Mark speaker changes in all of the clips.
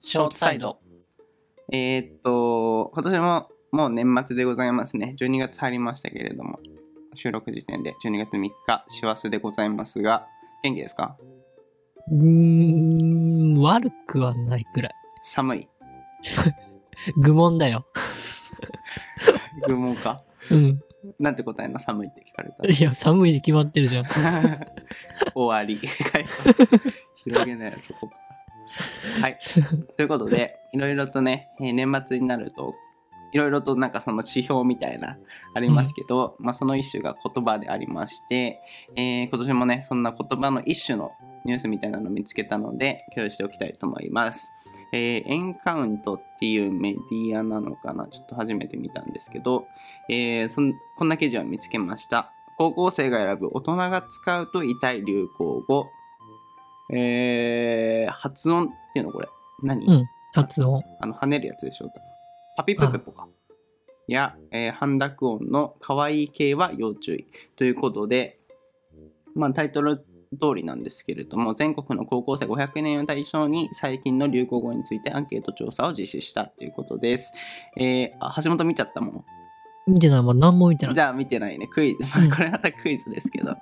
Speaker 1: ショートサイド。
Speaker 2: えーっと、今年ももう年末でございますね。12月入りましたけれども、収録時点で12月3日、師走でございますが、元気ですか
Speaker 1: うーん、悪くはないくらい。
Speaker 2: 寒い。
Speaker 1: そう愚問だよ。
Speaker 2: 愚問か。
Speaker 1: うん。
Speaker 2: なんて答えんの寒いって聞かれ たら。
Speaker 1: いや、寒いで決まってるじゃん。
Speaker 2: 終わり。広げない、そこから。はい。ということで、いろいろとね、えー年末になると、いろいろとなんかその指標みたいな、ありますけど、まあその一種が言葉でありまして、えー今年もね、そんな言葉の一種のニュースみたいなのを見つけたので、共有しておきたいと思います。えーエンカウントっていうメディアなのかなちょっと初めて見たんですけど、えーそんこんな記事を見つけました。高校生が選ぶ大人が使うと痛い流行語。えー、発音っていうのこれ。何、
Speaker 1: うん発音。
Speaker 2: あの、跳ねるやつでしょパピプペポか。や、えー、半濁音の可愛い系は要注意。ということで、まあ、タイトル通りなんですけれども、全国の高校生500人を対象に最近の流行語についてアンケート調査を実施したということです。えー、あ橋本見ちゃったもん。
Speaker 1: 見てない。まあ、何も見てない。
Speaker 2: じゃあ見てないね。クイズ。
Speaker 1: うん
Speaker 2: これまたクイズですけど。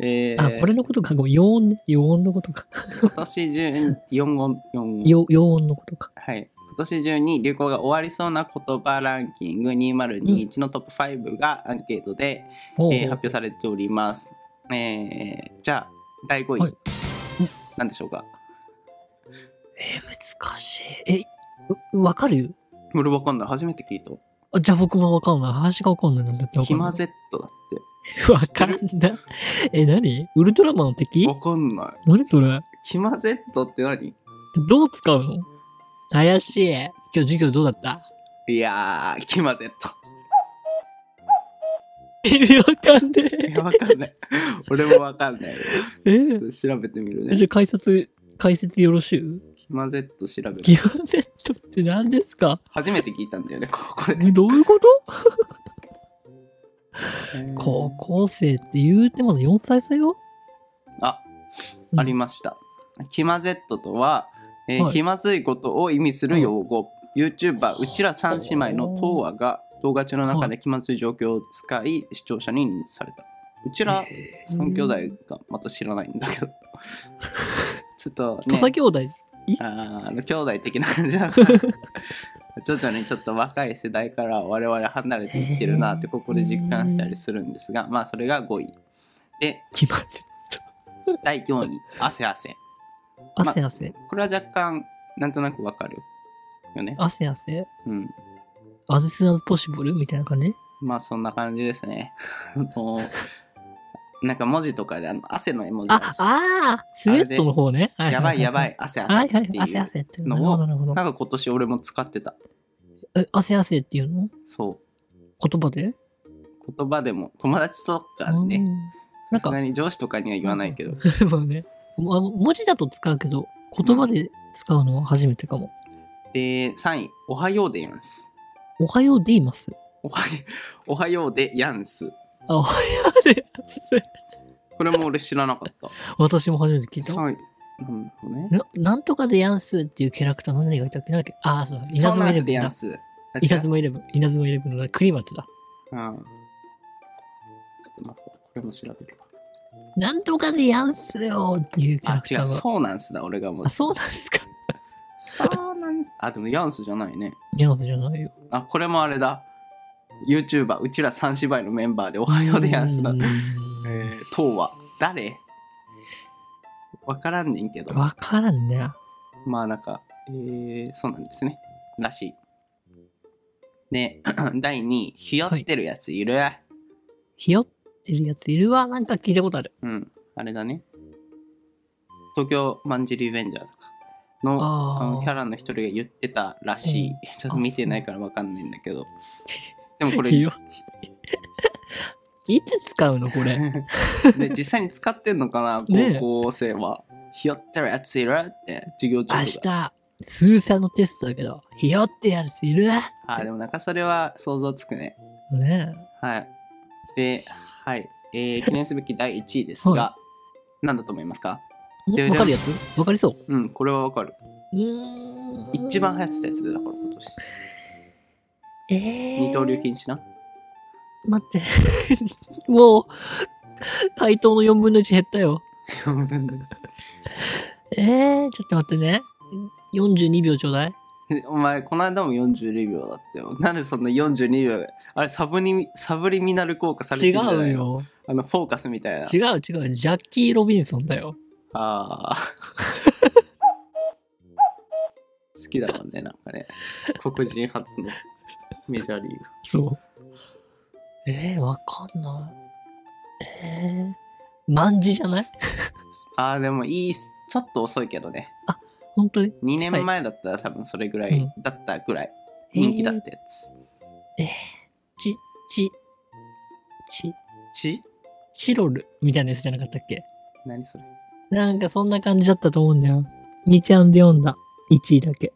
Speaker 2: えー
Speaker 1: あ、これのことか。ごめん洋音ね。洋音のことか。
Speaker 2: 今年中に4音、4音。
Speaker 1: 洋洋音のことか。
Speaker 2: はい。今年中に流行が終わりそうな言葉ランキング2021のトップ5がアンケートで、
Speaker 1: おう
Speaker 2: えー発表されております。えーじゃあ、第5位。
Speaker 1: はい
Speaker 2: ん何でしょうか
Speaker 1: えー難しい。え、うわかる
Speaker 2: 俺わかんない。初めて聞いた。
Speaker 1: あじゃあ僕もわかんない。話がわかんないの絶対わ
Speaker 2: キ
Speaker 1: かんな
Speaker 2: マ
Speaker 1: い。
Speaker 2: ゼットだっ
Speaker 1: わかんない。え、何ウルトラマンの
Speaker 2: て。
Speaker 1: 敵
Speaker 2: わかんない。
Speaker 1: 何それ
Speaker 2: キマゼットって何
Speaker 1: どう使うの怪しい。今日授業どうだった
Speaker 2: いやー、キマゼッ ト。
Speaker 1: 意味わかんね
Speaker 2: いやわかんない。俺もわかんない。
Speaker 1: え。
Speaker 2: ちょっ
Speaker 1: え
Speaker 2: と調べてみるね。
Speaker 1: じゃあ解説、解説よろしい
Speaker 2: キマゼット調べる
Speaker 1: ギガセットって何ですか
Speaker 2: 初めて聞いたんだよねここで
Speaker 1: えどういうこと高
Speaker 2: こ
Speaker 1: 校生って言うてまだ4歳差よ
Speaker 2: あ
Speaker 1: うん
Speaker 2: ありました気まぜっととは、えー
Speaker 1: はい
Speaker 2: 気まずいことを意味する用語、YouTuber うちら三姉妹の東和が動画中の中で気まずい状況を使い視聴者に認知されたうちら
Speaker 1: えー
Speaker 2: 三兄弟がまた知らないんだけ どちょっと
Speaker 1: 土
Speaker 2: ね
Speaker 1: 佐兄弟。
Speaker 2: あーあの兄弟的な感じだ から徐々にちょっと若い世代から我々離れていってるなってここで実感したりするんですがまあそれが5位で
Speaker 1: ギガセッ
Speaker 2: 第4位汗汗
Speaker 1: ト。汗汗。
Speaker 2: これは若干なんとなくわかるよね
Speaker 1: 汗汗。
Speaker 2: うん
Speaker 1: アズスアズポシブルみたいな感じ
Speaker 2: まあそんな感じですね あのなんか文字とかであの汗の絵文字
Speaker 1: あ、
Speaker 2: あ
Speaker 1: ああスウェットの方ね。
Speaker 2: る
Speaker 1: や
Speaker 2: やばいやば。い汗
Speaker 1: はい
Speaker 2: 汗
Speaker 1: は
Speaker 2: っ
Speaker 1: い
Speaker 2: て。い
Speaker 1: 汗
Speaker 2: う
Speaker 1: 汗って。な
Speaker 2: の
Speaker 1: るほ
Speaker 2: を
Speaker 1: どなるほど
Speaker 2: な。んか今年俺も使ってた
Speaker 1: え、汗汗っていうの
Speaker 2: そ
Speaker 1: 言葉で
Speaker 2: う言葉でも友達とか
Speaker 1: う
Speaker 2: ね
Speaker 1: んな
Speaker 2: さ
Speaker 1: ん
Speaker 2: す
Speaker 1: か
Speaker 2: が、に上司とかには言わないけど
Speaker 1: まあね。まあ文字だと使うけど、言葉で使うのは初めてかも。
Speaker 2: で、3位、おはようでやんす。
Speaker 1: おはようで言います。
Speaker 2: おはおはよう でやんす。
Speaker 1: あ、おはようで言います。
Speaker 2: これも俺知らなかった。
Speaker 1: 私も初めて聞いた。
Speaker 2: 3位、なんだろうね。
Speaker 1: ななんとかでヤンスっていうキャラクター何で描いたっけなんだっけああ、そう。稲
Speaker 2: そうな
Speaker 1: 妻
Speaker 2: ん
Speaker 1: イレ
Speaker 2: す
Speaker 1: ブ
Speaker 2: で
Speaker 1: ン
Speaker 2: やん
Speaker 1: だ。
Speaker 2: す。
Speaker 1: 稲妻イレブン。稲妻イレブンのクリマツだ。
Speaker 2: うん。ちょっと待って、これも調べるわ。
Speaker 1: なんとかでヤンスよっていうキャラ
Speaker 2: あ
Speaker 1: ク、タ
Speaker 2: 違
Speaker 1: ーが。
Speaker 2: う、そうなんすだ、俺がもう
Speaker 1: あ、。そうなんですか。
Speaker 2: そうなんす。あ、でもやんすじゃないね。
Speaker 1: ヤンスじゃないよ。
Speaker 2: あ、これもあれだ。YouTuber、うちら三芝居のメンバーでおはようでやんすな
Speaker 1: うー。
Speaker 2: え
Speaker 1: ん
Speaker 2: ー、当は誰わからんねんけど。
Speaker 1: わからんね。
Speaker 2: まあなんか、えー、そうなんですね。らしい。で、 第2位、ひよってるやついる、
Speaker 1: ひよってるやついるわ。なんか聞いたことある。
Speaker 2: うん、あれだね。東京マンジリベンジャーズか。のあ
Speaker 1: あ
Speaker 2: のキャ
Speaker 1: あ。
Speaker 2: ラの一人が言ってたらしい。
Speaker 1: うん
Speaker 2: ちょっと見てないからわかんないんだけど。でもこれ、
Speaker 1: ひよ。 いつ使うのこれ。
Speaker 2: で実際に使ってんのかな、
Speaker 1: ねえ
Speaker 2: 高校生は。ひよってるやついるって、授業中と
Speaker 1: 明
Speaker 2: か。
Speaker 1: 日、数三のテストだけど、ひよってやるやついるわ。
Speaker 2: あー、でもなんかそれは想像つくね。
Speaker 1: ね
Speaker 2: はい。で、はい。えー、記念すべき第1位ですが、何だと思いますか
Speaker 1: え。
Speaker 2: で
Speaker 1: わかるやつわかりそう。
Speaker 2: うん、これはわかる。
Speaker 1: うーん。
Speaker 2: 一番流行ってたやつでだから今年
Speaker 1: ええー。
Speaker 2: 二刀流禁止な
Speaker 1: 待って。 もう、回答の4分の1減ったよ。ええー、ちょっと待ってね。42秒ちょうだい。
Speaker 2: お前この間も42秒だったよなんでそんな42秒あれサブにサブリミナル効果されて
Speaker 1: 違
Speaker 2: るんじゃないう
Speaker 1: よ。
Speaker 2: あのフォーカスみたいな
Speaker 1: 違う違う。ジャッキー・ロビンソンだよ。
Speaker 2: ああ 好きだもんねなんかね黒人初のメジャーリーグ
Speaker 1: そう。ええー、わかんない。ええー。万字じゃない
Speaker 2: ああでもいいっすちょっと遅いけどね
Speaker 1: 本当に
Speaker 2: 2年前だったら多分それぐらい、
Speaker 1: うん
Speaker 2: だったぐらい人気だったやつ、
Speaker 1: ち、ち、ち、
Speaker 2: ち
Speaker 1: チロルみたいなやつじゃなかったっけ
Speaker 2: 何それ
Speaker 1: なんかそんな感じだったと思うんだよ。2ちゃんで読んだ。1位だけ。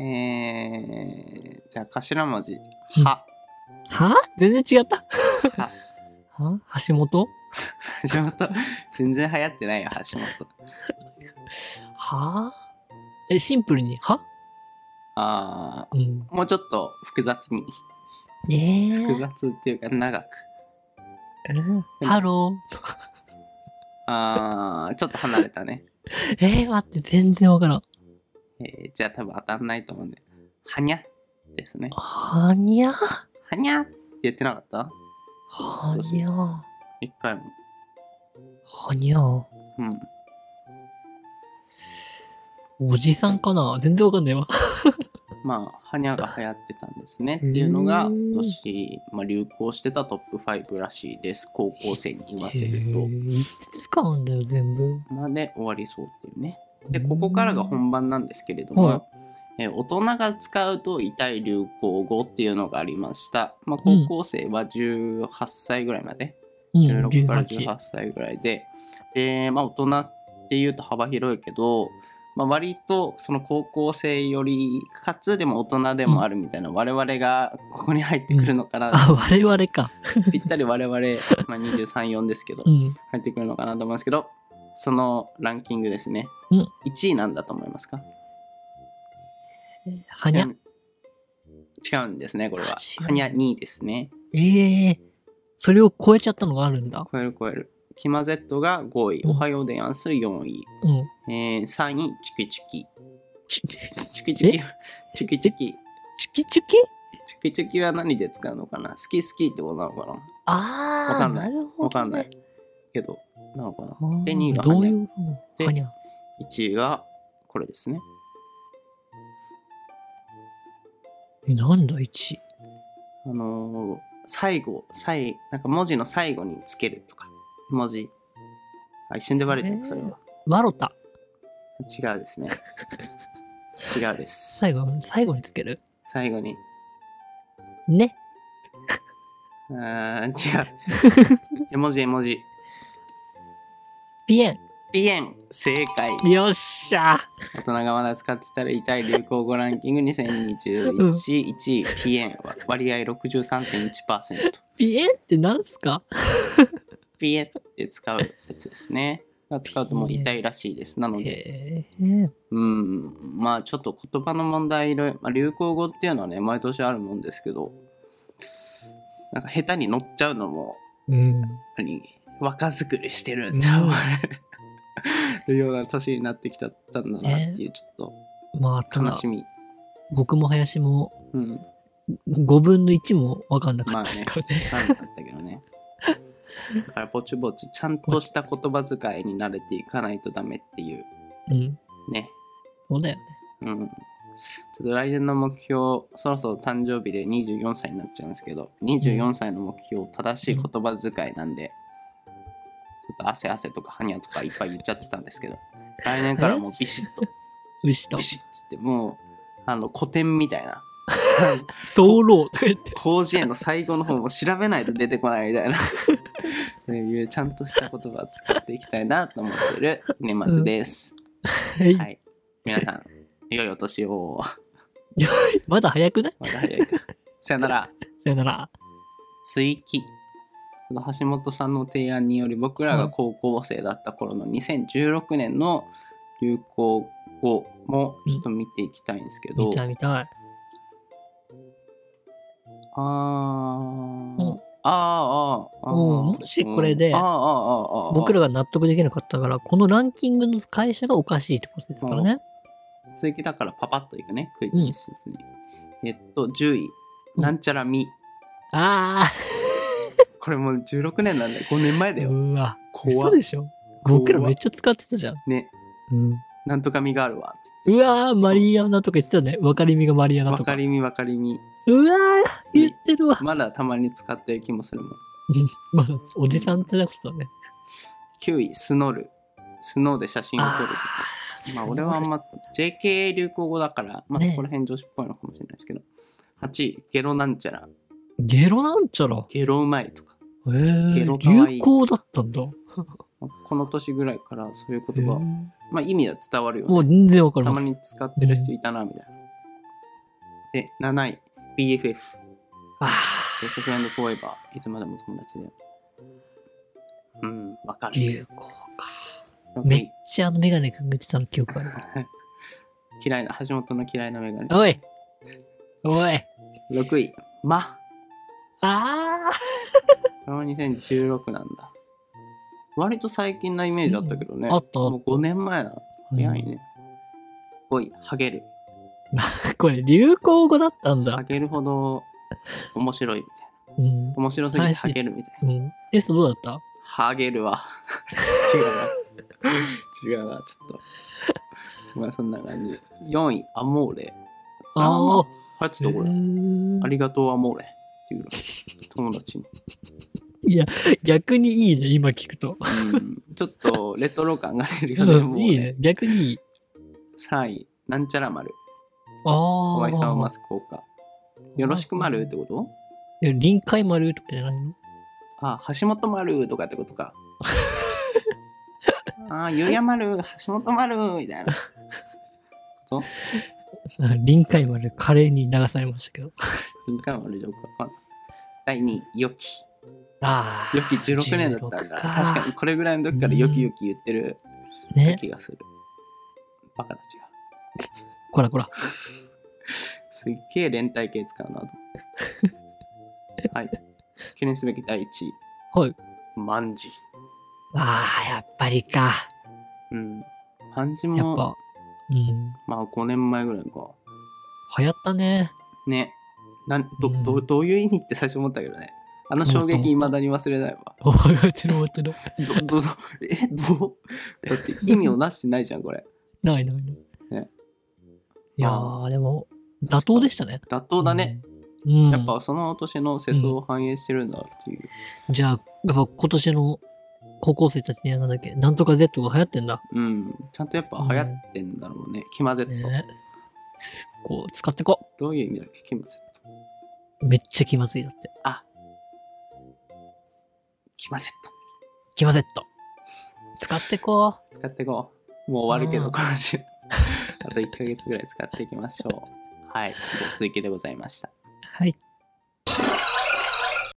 Speaker 2: えー、じゃあ頭文字
Speaker 1: うん
Speaker 2: は
Speaker 1: は全然違った。
Speaker 2: は
Speaker 1: は橋本
Speaker 2: 橋本全然流行ってないよ橋本
Speaker 1: はえ、シンプルに、は
Speaker 2: あ
Speaker 1: うん。
Speaker 2: ーもうちょっと複雑に
Speaker 1: え
Speaker 2: 複
Speaker 1: ー、
Speaker 2: 雑っていうか長く
Speaker 1: えーハロ
Speaker 2: あーちょっと離れたね、
Speaker 1: ー。えー、待って、全然わからん。
Speaker 2: えーじゃあ多分当たんないと思うんではにゃですね
Speaker 1: はにゃ
Speaker 2: はにゃって言ってなかった
Speaker 1: はにゃは
Speaker 2: 一回も
Speaker 1: にゃ
Speaker 2: うん
Speaker 1: おじさんかな全然わかんないわ。
Speaker 2: まあはにゃが流行ってたんですねっていうの
Speaker 1: へ
Speaker 2: が
Speaker 1: ー
Speaker 2: 今年、まあ、流行してたトップ5らしいです高校生に言わ
Speaker 1: え
Speaker 2: せると
Speaker 1: ー、いつ使うんだよ、全部。
Speaker 2: まで終わりそうっていうねでここからが本番なんですけれど
Speaker 1: は
Speaker 2: も、えー大人が使うと痛い流行語っていうのがありました、まあ、高校生は18歳ぐらいまで、
Speaker 1: うん
Speaker 2: 16から
Speaker 1: 18
Speaker 2: 18歳ぐらいでで、まあ、大人っていうと幅広いけど、まあ、割とその高校生よりかつでも大人でもあるみたいな、我々がここに入ってくるのかな、
Speaker 1: あ、我々か。
Speaker 2: ぴったり我々、まあ、234ですけど
Speaker 1: うん。
Speaker 2: 入ってくるのかなと思うんですけどそのランキングですね、
Speaker 1: うん
Speaker 2: 1位なんだと思いますか
Speaker 1: はにゃ。
Speaker 2: 違うんですねこれは
Speaker 1: あ違う
Speaker 2: はにゃ2位ですね
Speaker 1: ええー。それを超えちゃったのがあるんだ。
Speaker 2: 超える超えるキマゼットが5位
Speaker 1: うん
Speaker 2: おはようでやんす4位、
Speaker 1: うん。
Speaker 2: えー、3位チキチキ
Speaker 1: ち、ち、
Speaker 2: チキチ
Speaker 1: え
Speaker 2: キ チキチキ
Speaker 1: チキチキ
Speaker 2: チキチキは何で使うのかな好き好きってことなのかな
Speaker 1: あー、
Speaker 2: わかんない
Speaker 1: るほど、ね。
Speaker 2: わかんない。けどなのかな
Speaker 1: あー
Speaker 2: で2位が
Speaker 1: ど
Speaker 2: は
Speaker 1: うい
Speaker 2: に
Speaker 1: うふうに
Speaker 2: で
Speaker 1: はにゃ。
Speaker 2: ゃ1位がこれですね
Speaker 1: え、なんだ、1。
Speaker 2: あのー最後最なんか文字の最後につけるとか文字あ一瞬でバレてるかそれは
Speaker 1: ワロタ。
Speaker 2: 違うですね違うです
Speaker 1: 最後、最後につける
Speaker 2: 最後に
Speaker 1: ね。
Speaker 2: うーん違う絵文字絵文字
Speaker 1: ピエ
Speaker 2: ピエン正解
Speaker 1: ン。よっしゃ
Speaker 2: 大人がまだ使ってたら痛い流行語ランキング20211、1位ピエンは割合63.1%
Speaker 1: ピエンってなんすか
Speaker 2: ピエンって使うやつですね使うともう痛いらしいですなので
Speaker 1: えー、
Speaker 2: うん、まあちょっと言葉の問題いろいろ、まあ、流行語っていうのはね毎年あるもんですけどなんか下手に乗っちゃうのも
Speaker 1: うん。
Speaker 2: 何若作りしてるって思われるような年になってきちゃったんだなっていうちょっ
Speaker 1: まあ、た
Speaker 2: と悲
Speaker 1: だ、
Speaker 2: しみ、
Speaker 1: 僕も林も
Speaker 2: うん
Speaker 1: 5分の1もわかんなかったですからね。
Speaker 2: 感だったけどね だからぼちぼちちゃんとした言葉遣いに慣れていかないとダメっていう
Speaker 1: うん。
Speaker 2: ね
Speaker 1: そうだよね。
Speaker 2: うんちょっと来年の目標、そろそろ誕生日で24歳になっちゃうんですけど、24歳の目標、正しい言葉遣いなんで、ちょっと汗汗とかはにゃとかいっぱい言っちゃってたんですけど、来年からもうビシッと、
Speaker 1: 牛と
Speaker 2: ビ。シッつって、もう、あの、古典みたい な、
Speaker 1: ソーローとか言って。
Speaker 2: 広辞苑の最後の方も調べないと出てこないみたいな、そういうちゃんとした言葉を使っていきたいなと思ってる年末です。
Speaker 1: は
Speaker 2: はいい。皆さん、良いお年を。
Speaker 1: まだ早くない
Speaker 2: まだ早 いか。さよなら。
Speaker 1: さよなら。
Speaker 2: 追記その橋本さんの提案により僕らが高校生だった頃の2016年の流行語、もちょっと見ていきたいんですけど、
Speaker 1: 見たい見たい。
Speaker 2: あー、
Speaker 1: うん
Speaker 2: あーあーあー
Speaker 1: うんもしこれで
Speaker 2: うんあーあーあーあー
Speaker 1: 僕らが納得できなかったから、このランキングの会社がおかしいってことですからね。
Speaker 2: 続きだからパパッといくねクイズにしですね、えっと10位
Speaker 1: うん
Speaker 2: なんちゃらみ、
Speaker 1: あ
Speaker 2: これもう16年なんだよ5年前だ
Speaker 1: ー、
Speaker 2: よ、
Speaker 1: うわ、
Speaker 2: 怖
Speaker 1: 嘘
Speaker 2: っ
Speaker 1: でしょ
Speaker 2: 怖っ
Speaker 1: 僕らめっちゃ使ってたじゃん。
Speaker 2: ね
Speaker 1: うん、
Speaker 2: なんとかみがあるわ
Speaker 1: うわー、マリアナとか言ってたね。分かりみがマリアナ
Speaker 2: わ
Speaker 1: と
Speaker 2: か
Speaker 1: か。
Speaker 2: りみわかりみ
Speaker 1: うわー、言ってるわ。
Speaker 2: まだたまに使ってる気もするもん
Speaker 1: まあ、おじさんってなことだね。
Speaker 2: 9位スノルスノーで写真を撮るとかまあ俺はあんま JK 流行語だからまあ
Speaker 1: ねえ
Speaker 2: そこら辺女子っぽいのかもしれないですけど8位ゲロなんちゃら
Speaker 1: ゲロなんちゃら。
Speaker 2: ゲロうまいとか
Speaker 1: えー、
Speaker 2: ゲロ可愛い
Speaker 1: 流行だったんだ。
Speaker 2: まあこの年ぐらいからそういう
Speaker 1: え
Speaker 2: 言葉、まあ意味は伝わるよね
Speaker 1: もう全然わかり
Speaker 2: た
Speaker 1: ま。
Speaker 2: ますに使ってる人いたなみたいな。で、7位、BFF、
Speaker 1: あ
Speaker 2: ベストフレンドフォーエバー、いつまでも友達で。うん、わか
Speaker 1: ー、流
Speaker 2: る。
Speaker 1: 行か。めっちゃあのメガネくんが言ってたの記憶ある。
Speaker 2: 嫌いな、橋本の嫌いなメガネ。
Speaker 1: おいおい
Speaker 2: 6位、マ。
Speaker 1: あ
Speaker 2: これは2016なんだ。割と最近なイメージあったけどね。
Speaker 1: あったあった
Speaker 2: もう5年前な。
Speaker 1: ー
Speaker 2: 早いね。5位、ハゲる。
Speaker 1: これ流行語だったん
Speaker 2: ハ
Speaker 1: だ。
Speaker 2: ゲるほど面白いみたいな。
Speaker 1: うん。
Speaker 2: 面白すぎてハゲるみたいな。
Speaker 1: うん、エスどうだっ
Speaker 2: ハゲるわ。 違うな。違うな、ちょっと。まあそんな感じ。4位、アモーレ。
Speaker 1: たああ。
Speaker 2: 入ってたこれ。ありがとう、アモーレ。って いうの友達に、
Speaker 1: いや、逆にいいね、今聞くと。
Speaker 2: うん。ちょっとレトロ感が出るよね。
Speaker 1: う
Speaker 2: もうん
Speaker 1: いいね、逆にいい。
Speaker 2: 3位、なんちゃら丸。
Speaker 1: ああ。
Speaker 2: 河合さんをマス効果。よろしく丸ってこと
Speaker 1: いや臨海丸とかじゃないの
Speaker 2: あ、橋本丸とかってことか。あ、ゆうや丸、橋本丸みたい な。こと
Speaker 1: あ臨海丸、華麗に流されましたけど。
Speaker 2: いいかもあるじゃんかんない。第2位、良き。
Speaker 1: ああ。
Speaker 2: 良き16年だったんだ。
Speaker 1: 16
Speaker 2: 確かに、これぐらいの時から良き良き言ってる
Speaker 1: ね。
Speaker 2: 気がする。バカたちが。
Speaker 1: こらこら。
Speaker 2: すっげえ連帯系使うな と。はい。記念すべき第1位、
Speaker 1: はい。
Speaker 2: 万事。
Speaker 1: ああ、やっぱりか。
Speaker 2: うん。万事
Speaker 1: やっ
Speaker 2: も、
Speaker 1: ぱ。うん。
Speaker 2: まあ5年前ぐらいか。
Speaker 1: 流行ったね。
Speaker 2: ね。なんど
Speaker 1: うん
Speaker 2: どどういう意味って最初思ったけどね。あの衝撃いまだに忘れないわ。
Speaker 1: おわかってる覚えてる。
Speaker 2: どどどえどうだって意味をなしてないじゃん、これ。
Speaker 1: ないないない。
Speaker 2: ね
Speaker 1: いや
Speaker 2: あ
Speaker 1: ー、でも、妥当でしたね。
Speaker 2: 妥当だね。。
Speaker 1: うん。
Speaker 2: やっぱその年の世相を反映してるんだっていう。
Speaker 1: じゃあ、やっぱ今年の高校生たちにはなんだっけ、なんとか Z が流行ってんだ。
Speaker 2: うん。ちゃんとやっぱ流行ってんだろうね。キマゼット。
Speaker 1: ねすこう、使ってこ
Speaker 2: どういう意味だっけキマゼット。
Speaker 1: う。めっちゃ気まずいだって。
Speaker 2: あキマゼッ
Speaker 1: 気ま Z。使ってこ
Speaker 2: ト。使っていこう。もう終わるけ
Speaker 1: う
Speaker 2: ど、
Speaker 1: ん
Speaker 2: 今週。あと1ヶ月ぐらい使っていきましょう。はい。じゃあ続きでございました。
Speaker 1: う。はい。